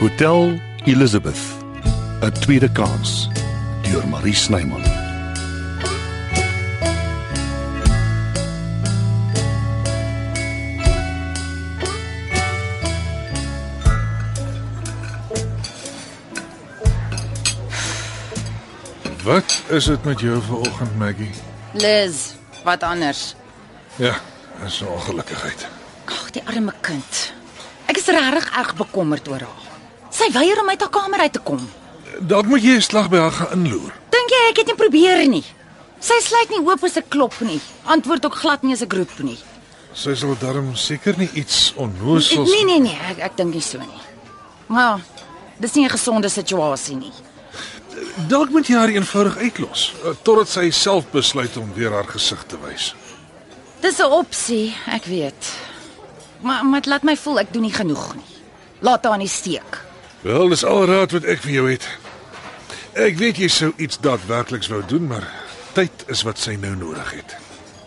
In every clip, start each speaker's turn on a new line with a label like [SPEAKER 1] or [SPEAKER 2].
[SPEAKER 1] Hotel Elizabeth. 'n Tweede kans deur Marie Snyman.
[SPEAKER 2] Wat is dit met jou vanoggend, Maggie?
[SPEAKER 3] Liz, wat anders?
[SPEAKER 2] Ja, is 'n ongelukkigheid.
[SPEAKER 3] Ag, die arme kind. Ek is regtig erg bekommerd oor haar. Sy weier om uit haar kamer uit te kom.
[SPEAKER 2] Dalk moet jy 'n slag by haar gaan inloer.
[SPEAKER 3] Dink jy ek het nie probeer nie? Sy sluit nie oop as ek klop nie. Antwoord ook glad nie as ek roep nie.
[SPEAKER 2] Sy sal darm seker nie iets
[SPEAKER 3] Ek,
[SPEAKER 2] onnoosels
[SPEAKER 3] nee nee nee, ek, ek dink nie so nie. Maar dis nie 'n gesonde situasie nie.
[SPEAKER 2] Dalk moet jy haar eenvoudig uitlos eh, totdat sy self besluit om weer haar gesig te wys.
[SPEAKER 3] Dis 'n opsie, ek weet. Maar maar dit laat my voel ek doen nie genoeg nie. Laat haar nie steek.
[SPEAKER 2] Wel, dis al raad wat ek vir jou het. Ek weet jy sou iets daadwerkliks wou doen, maar tyd is wat sy nou nodig het.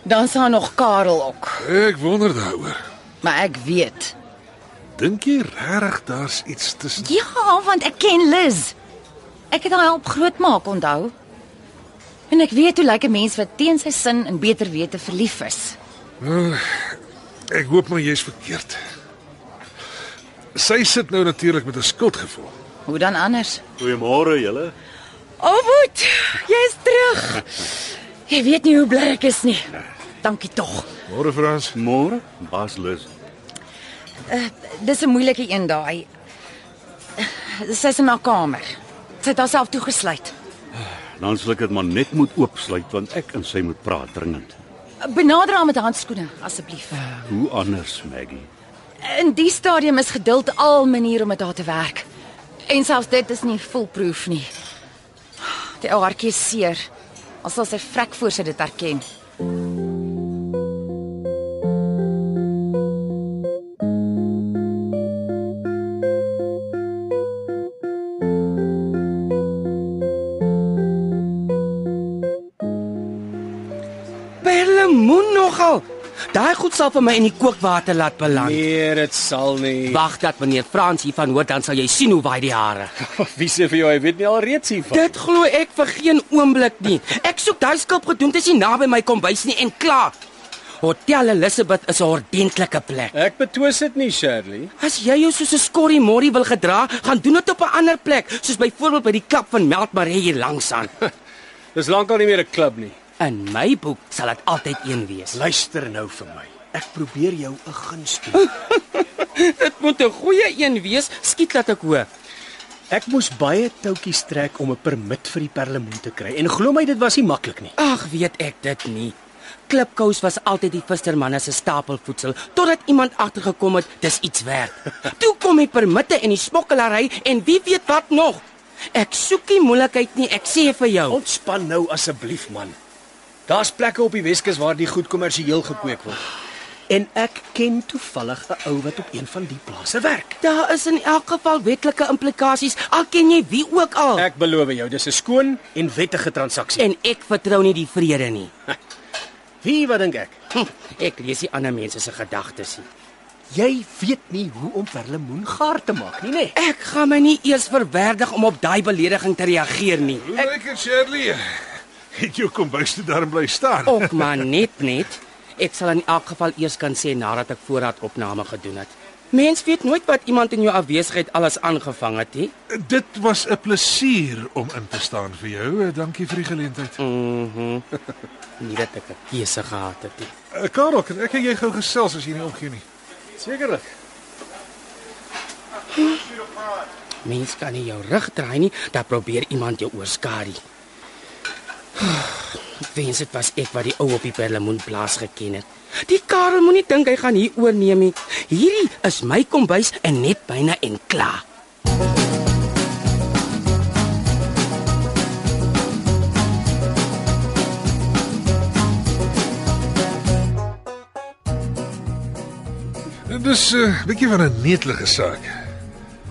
[SPEAKER 3] Dan sal nog Karel ook.
[SPEAKER 2] Ek wonder daaroor.
[SPEAKER 3] Maar ek weet.
[SPEAKER 2] Dink jy regtig daar's iets tussen
[SPEAKER 3] Ja, want ek ken Liz. Ek het haar help grootmaak, onthou. En ek weet hoe lyk 'n mens wat teen sy sin en beter wete verlief is.
[SPEAKER 2] Ek hoop maar jy's verkeerd. Sy sit nou natuurlik met 'n skuldgevoel.
[SPEAKER 3] Hoe dan anders?
[SPEAKER 4] Goeiemôre julle.
[SPEAKER 3] O, Woet, jy's terug. Jy weet nie hoe bly ek is nie. Dankie tog.
[SPEAKER 2] Môre Frans.
[SPEAKER 4] Môre, Bas Lus.
[SPEAKER 3] Dis 'n moeilike een daai. Sy's in haar kamer. Sy het haarself toegesluit.
[SPEAKER 4] Dan sal ek dit maar net moet oopsluit want ek en sy moet praat dringend.
[SPEAKER 3] Benader haar met handskoene asseblief.
[SPEAKER 4] Hoe anders, Maggie?
[SPEAKER 3] In die stadium is geduld al manier om met haar te werk. En selfs dit is nie foolproof nie. Die ou hartjie is seer. Al sal sy vrek voor sy dit erken.
[SPEAKER 5] Perlemoen nogal. Daai goed sal vir my in die kookwater laat beland. Nee.
[SPEAKER 6] Nee, dit sal nie.
[SPEAKER 5] Wag dat meneer Frans hiervan hoor, dan sal jy sien hoe waai die hare.
[SPEAKER 6] Wie sê vir jou hy weet nie alreeds hiervan?
[SPEAKER 5] Dit glo ek vir geen oomblik nie. Ek soek daai skilp gedoente is nie naby my kombuis nie en klaar. Hotel Elizabeth is 'n ordentlike plek.
[SPEAKER 6] Ek betwis dit nie, Shirley.
[SPEAKER 5] As jy jou soos 'n skorrie morrie wil gedra, gaan doen dit op 'n ander plek, soos byvoorbeeld by die klap van Meltmarie hier langs aan.
[SPEAKER 6] Dis lankal nie meer 'n klub nie.
[SPEAKER 5] In my boek sal dit altyd een wees.
[SPEAKER 6] Luister nou vir my. Ek probeer jou 'n guns doen.
[SPEAKER 5] Dit moet 'n goeie een wees, skiet dat ek hoor.
[SPEAKER 6] Ek moes baie toutjies trek om 'n permit vir die perlemoen te kry en glo my dit was nie maklik nie.
[SPEAKER 5] Ag, weet ek dit nie. Klipkous was altyd die vissermanne se stapelvoedsel totdat iemand agtergekom het dis iets werd. Toe kom die permitte en die smokkelary en wie weet wat nog. Ek soek nie moeilikheid nie, ek sê vir jou.
[SPEAKER 6] Ontspan nou asseblief, man. Daar's plekke op die Weskus waar die goed kommersieel gekweek word. En ek ken toevallig 'n ou wat op een van die plase werk.
[SPEAKER 5] Daar is in elk geval wetlike implikasies, al ken jy wie ook al.
[SPEAKER 6] Ek beloof jou, dis 'n skoon en wettige transaksie.
[SPEAKER 5] En ek vertrou nie die vrede nie.
[SPEAKER 6] Wie wat dink ek?
[SPEAKER 5] Hm, ek lees die ander mense se gedagtes nie.
[SPEAKER 6] Jy weet nie hoe om perlemoen gaar te maak nie, nê? Nee.
[SPEAKER 5] Ek gaan my nie eers verwerdig om op daai belediging te reageer nie.
[SPEAKER 2] Hoe lyk dit, Shirley? Het jou kombuis te darm bly staan?
[SPEAKER 5] Ook maar net net. Ek sal in elk geval eers kan sê nadat ek voorraadopname gedoen het. Mens weet nooit wat iemand in jou afwesigheid alles aangevang het nie.
[SPEAKER 2] Dit was 'n plesier om in te staan vir jou. Eh, Dankie vir die geleentheid.
[SPEAKER 5] Nie Mhm. dat ek 'n keuse gehad het nie.
[SPEAKER 2] Eh, Karel, kan ek en jy gou gesels as jy nie omgee nie?
[SPEAKER 6] Sekerlik.
[SPEAKER 5] Mens kan nie jou rug draai nie, dan probeer iemand jou oorskadu. Ek wens dit was ek wat die ou op die perlemoenplaas geken het. Die Karel moenie dink hy gaan hier oorneem nie. Hierdie is my kombuis en net byna en klaar.
[SPEAKER 2] Dis 'n uh, bietjie van 'n netelige saak.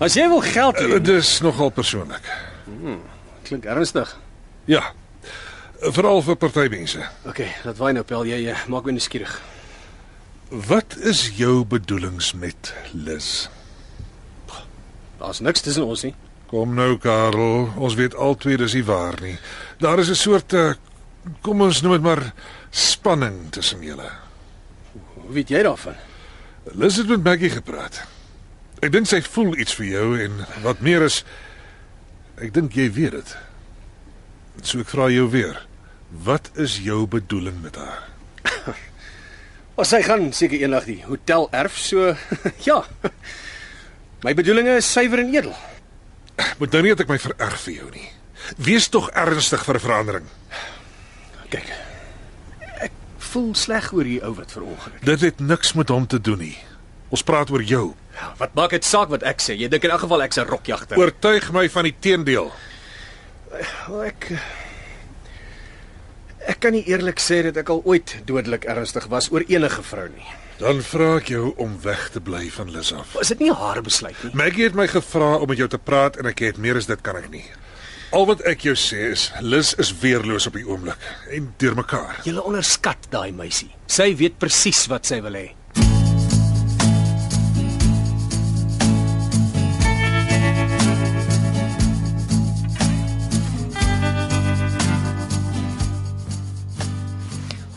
[SPEAKER 6] As jy wil geld
[SPEAKER 2] Uh,
[SPEAKER 6] hê,
[SPEAKER 2] dis nogal persoonlik.
[SPEAKER 6] klink ernstig.
[SPEAKER 2] Ja. Eh, Veral vir party mense.
[SPEAKER 6] OK, laat waai nou pel jy, jy maak my nuuskierig.
[SPEAKER 2] Wat is jou bedoelings met Lis?
[SPEAKER 6] Daar's niks tussen ons nie.
[SPEAKER 2] Kom nou Karel, ons weet albei dis nie waar nie. Daar is 'n soort eh, kom ons noem dit maar spanning tussen julle.
[SPEAKER 6] Hoe weet jy daarvan?
[SPEAKER 2] Liz het met Maggie gepraat. Ek dink sy voel iets vir jou en wat meer is ek dink jy weet dit. So ek vra jou weer. Wat is jou bedoeling met haar?
[SPEAKER 6] Maar sy gaan seker eendag die hotel erf, so ja. My bedoelinge is suiwer en edel.
[SPEAKER 2] Moet nou nie dat ek my vererg vir jou nie. Wees tog ernstig vir 'n verandering.
[SPEAKER 6] Kyk. Ek voel sleg oor hierdie ou wat verongeluk.
[SPEAKER 2] Dit het niks met hom te doen nie. Ons praat oor jou.
[SPEAKER 6] Wat maak dit saak wat ek sê? Jy dink in elk geval ek's 'n rokjagter.
[SPEAKER 2] Oortuig my van die teendeel.
[SPEAKER 6] Wel, Ek eh, ek kan nie eerlik sê dat ek al ooit dodelik ernstig was oor enige vrou nie.
[SPEAKER 2] Dan vra ek jou om weg te bly van Liz af.
[SPEAKER 6] Was dit nie haar besluit nie?
[SPEAKER 2] Maggie het my gevra om met jou te praat en ek het meer as dit kan ek nie. Al wat ek jou sê is Liz is weerloos op die oomblik en deurmekaar.
[SPEAKER 6] Jy onderskat daai meisie. Sy weet presies wat sy wil hê.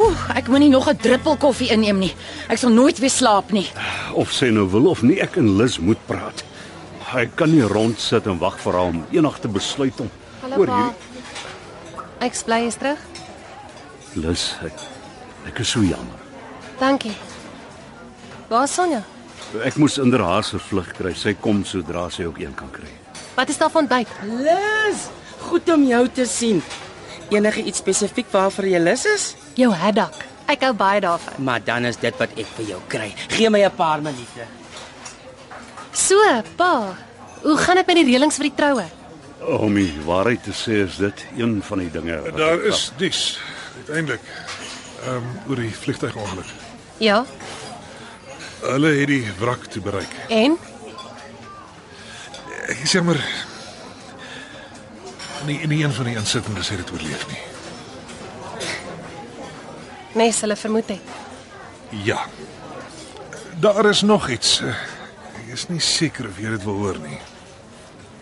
[SPEAKER 3] Oeh, ek moenie nog 'n druppel koffie inneem nie. Ek sal nooit weer slaap nie.
[SPEAKER 4] Of sy nou wil of nie, ek en Liz moet praat. Ek kan nie rondsit en wag vir haar om eendag te besluit om
[SPEAKER 7] Hallo pa. Ek bly is terug.
[SPEAKER 4] Liz, ek, ek is so jammer.
[SPEAKER 7] Dankie. Waar is Sonja?
[SPEAKER 4] Ek moes inderhaas vervlug kry. Sy kom sodra sy ook een kan kry.
[SPEAKER 7] Wat is daar van byt?
[SPEAKER 5] Liz, goed om jou te sien. Enige iets spesifiek waarvoor jy lus is?
[SPEAKER 7] Jou haddock. Ek hou baie daarvan.
[SPEAKER 5] Maar dan is dit wat ek vir jou kry. Gee my 'n paar minute.
[SPEAKER 7] So, pa. Hoe gaan dit met die reëlings vir die troue?
[SPEAKER 4] Om die waarheid te sê is dit een van die dinge. wat
[SPEAKER 2] Daar
[SPEAKER 4] ek
[SPEAKER 2] is niks uiteindelik. Ehm um, oor die vliegtuigongeluk.
[SPEAKER 7] Ja,
[SPEAKER 2] Hulle het die wrak toe bereik.
[SPEAKER 7] en
[SPEAKER 2] Ek sê maar nie nie een van die insittendes het dit oorleef nie.
[SPEAKER 7] mens nee, hulle vermoed het.
[SPEAKER 2] Ja. Daar is nog iets. Eh, Ek is nie seker of jy dit wil hoor nie.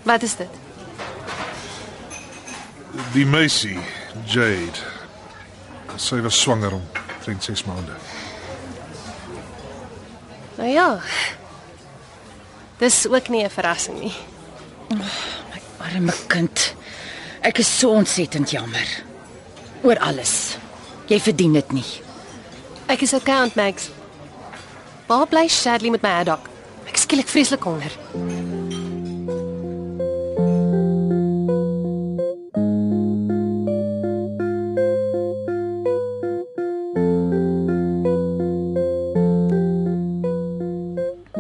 [SPEAKER 7] Wat is dit?
[SPEAKER 2] Die meisie, Jade. Sy was swanger om 36 maande.
[SPEAKER 7] Nou ja. Dis ook nie 'n verrassing nie.
[SPEAKER 3] My arme kind. Ek is so ontsettend jammer oor alles. Jy verdien dit nie.
[SPEAKER 7] Ek is okay, Aunt Max. Waar bly Shadley met my haddock? Ek skielik vreeslik honger.
[SPEAKER 4] Stap.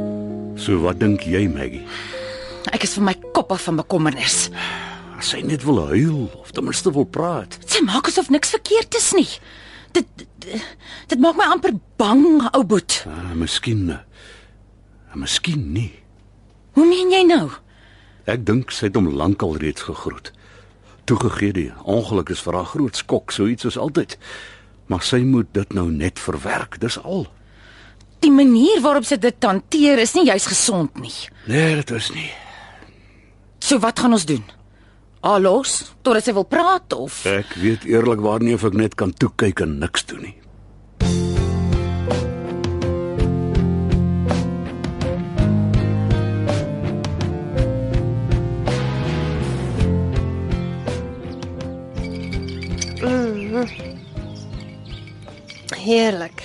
[SPEAKER 4] So wat dink jy, Maggie?
[SPEAKER 3] Ek is vir my kop af van bekommernis.
[SPEAKER 4] As sy net wil huil of ten minste wil praat.
[SPEAKER 3] Sy maak asof niks verkeerd is nie. Dit dit, dit maak my amper bang, ou boet.
[SPEAKER 4] Ah, miskien. Ah, miskien nie.
[SPEAKER 3] Hoe meen jy nou?
[SPEAKER 4] Ek dink sy het hom lankal reeds gegroet. Toegegee die ongeluk is vir haar groot skok, so iets is altyd. Maar sy moet dit nou net verwerk, dis al.
[SPEAKER 3] Die manier waarop sy dit hanteer is nie juis gesond nie.
[SPEAKER 4] Nee, dit is nie.
[SPEAKER 3] So wat gaan ons doen? Alos, totdat sy wil praat of
[SPEAKER 6] Ja.
[SPEAKER 4] Ek weet eerlikwaar nie of ek net kan toe kyk en niks doen nie.
[SPEAKER 7] Heerlik.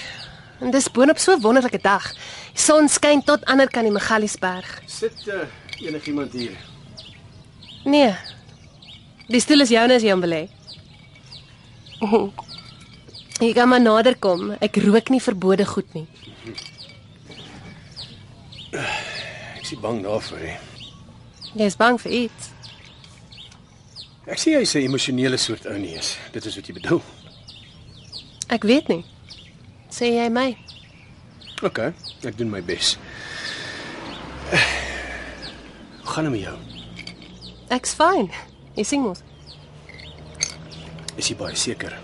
[SPEAKER 7] En dis boonop so 'n wonderlike dag. Die son skyn tot ander kan die Magaliesberg.
[SPEAKER 6] Sit uh, enigiemand hier.
[SPEAKER 7] Nee. Die stoel is joune as jy hom wil hê. Jy kan maar nader kom. Ek rook nie verbode goed nie.
[SPEAKER 6] Ek is nie bang daarvoor nie.
[SPEAKER 7] Jy's bang vir iets.
[SPEAKER 6] Ek sê jy's 'n emosionele soort ou nie is. Dit is wat jy bedoel.
[SPEAKER 7] Ek weet nie. Sê jy my?
[SPEAKER 6] OK, ek doen my bes. Hoe gaan dit met jou?
[SPEAKER 7] Ek's fyn. Jy sien mos.
[SPEAKER 6] Is jy baie seker?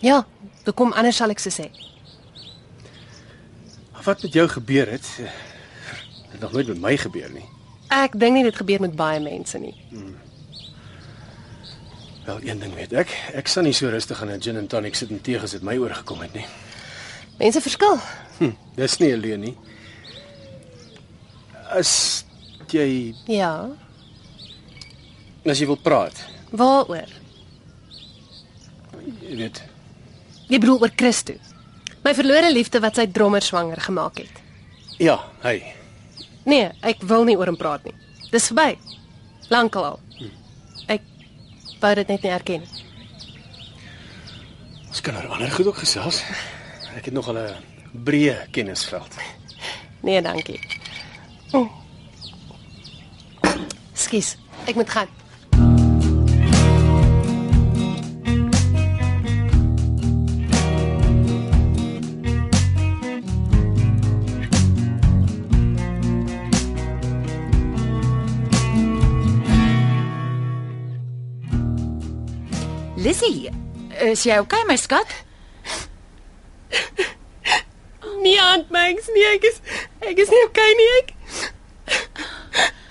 [SPEAKER 7] Ja, hoekom anders sal ek so sê?
[SPEAKER 6] Wat met jou gebeur het? eh, Dit het nog nooit met my gebeur nie.
[SPEAKER 7] Ek dink nie dit gebeur met baie mense nie.
[SPEAKER 6] Wel, een ding weet ek, ek sal nie so rustig aan 'n gin and tonic sit en tee gesit my oorgekom het nie.
[SPEAKER 7] Mense verskil.
[SPEAKER 6] Hm, dis nie 'n leuen nie. As jy
[SPEAKER 7] Ja.
[SPEAKER 6] as jy wil praat,
[SPEAKER 7] Waaroor?
[SPEAKER 6] jy weet,
[SPEAKER 7] Jy bedoel oor Christo. My verlore liefde wat sy drommer swanger gemaak het.
[SPEAKER 6] ja, hy.
[SPEAKER 7] Nee, ek wil nie oor hom praat nie. Dis verby. Lankal al. Ek wou dit net nie erken nie.
[SPEAKER 6] Ons kan oor ander goed ook gesels. Ek het nog 'n breë kennisveld.
[SPEAKER 7] Nee, dankie. Oh. Skus, ek moet gaan.
[SPEAKER 3] Lissy, is jy okay my skat?
[SPEAKER 8] Nie handmerks nie, nee, ek is ek is nie okay nie ek.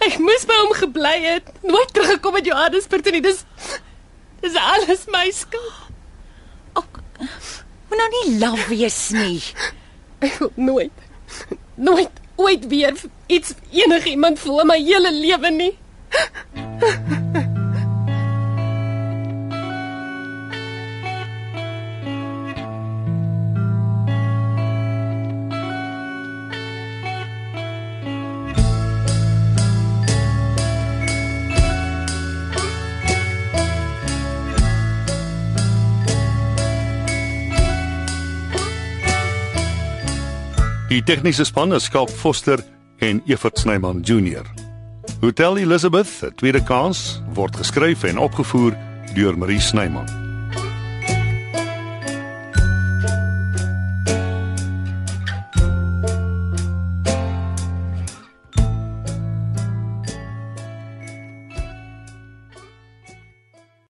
[SPEAKER 8] Ek moes by hom gebly het. Nooit teruggekom met Johannesburg toe nie. Dis dis alles my skuld.
[SPEAKER 3] Moet nou nie laf wees nie.
[SPEAKER 8] Ek wil nooit nooit ooit weer iets enigiemand voel in my hele lewe nie.
[SPEAKER 4] Die tegniese span is Skalk Foster en Evert Snyman Junior. Hotel Elizabeth, 'n tweede kans, word geskryf en opgevoer deur Marie Snyman.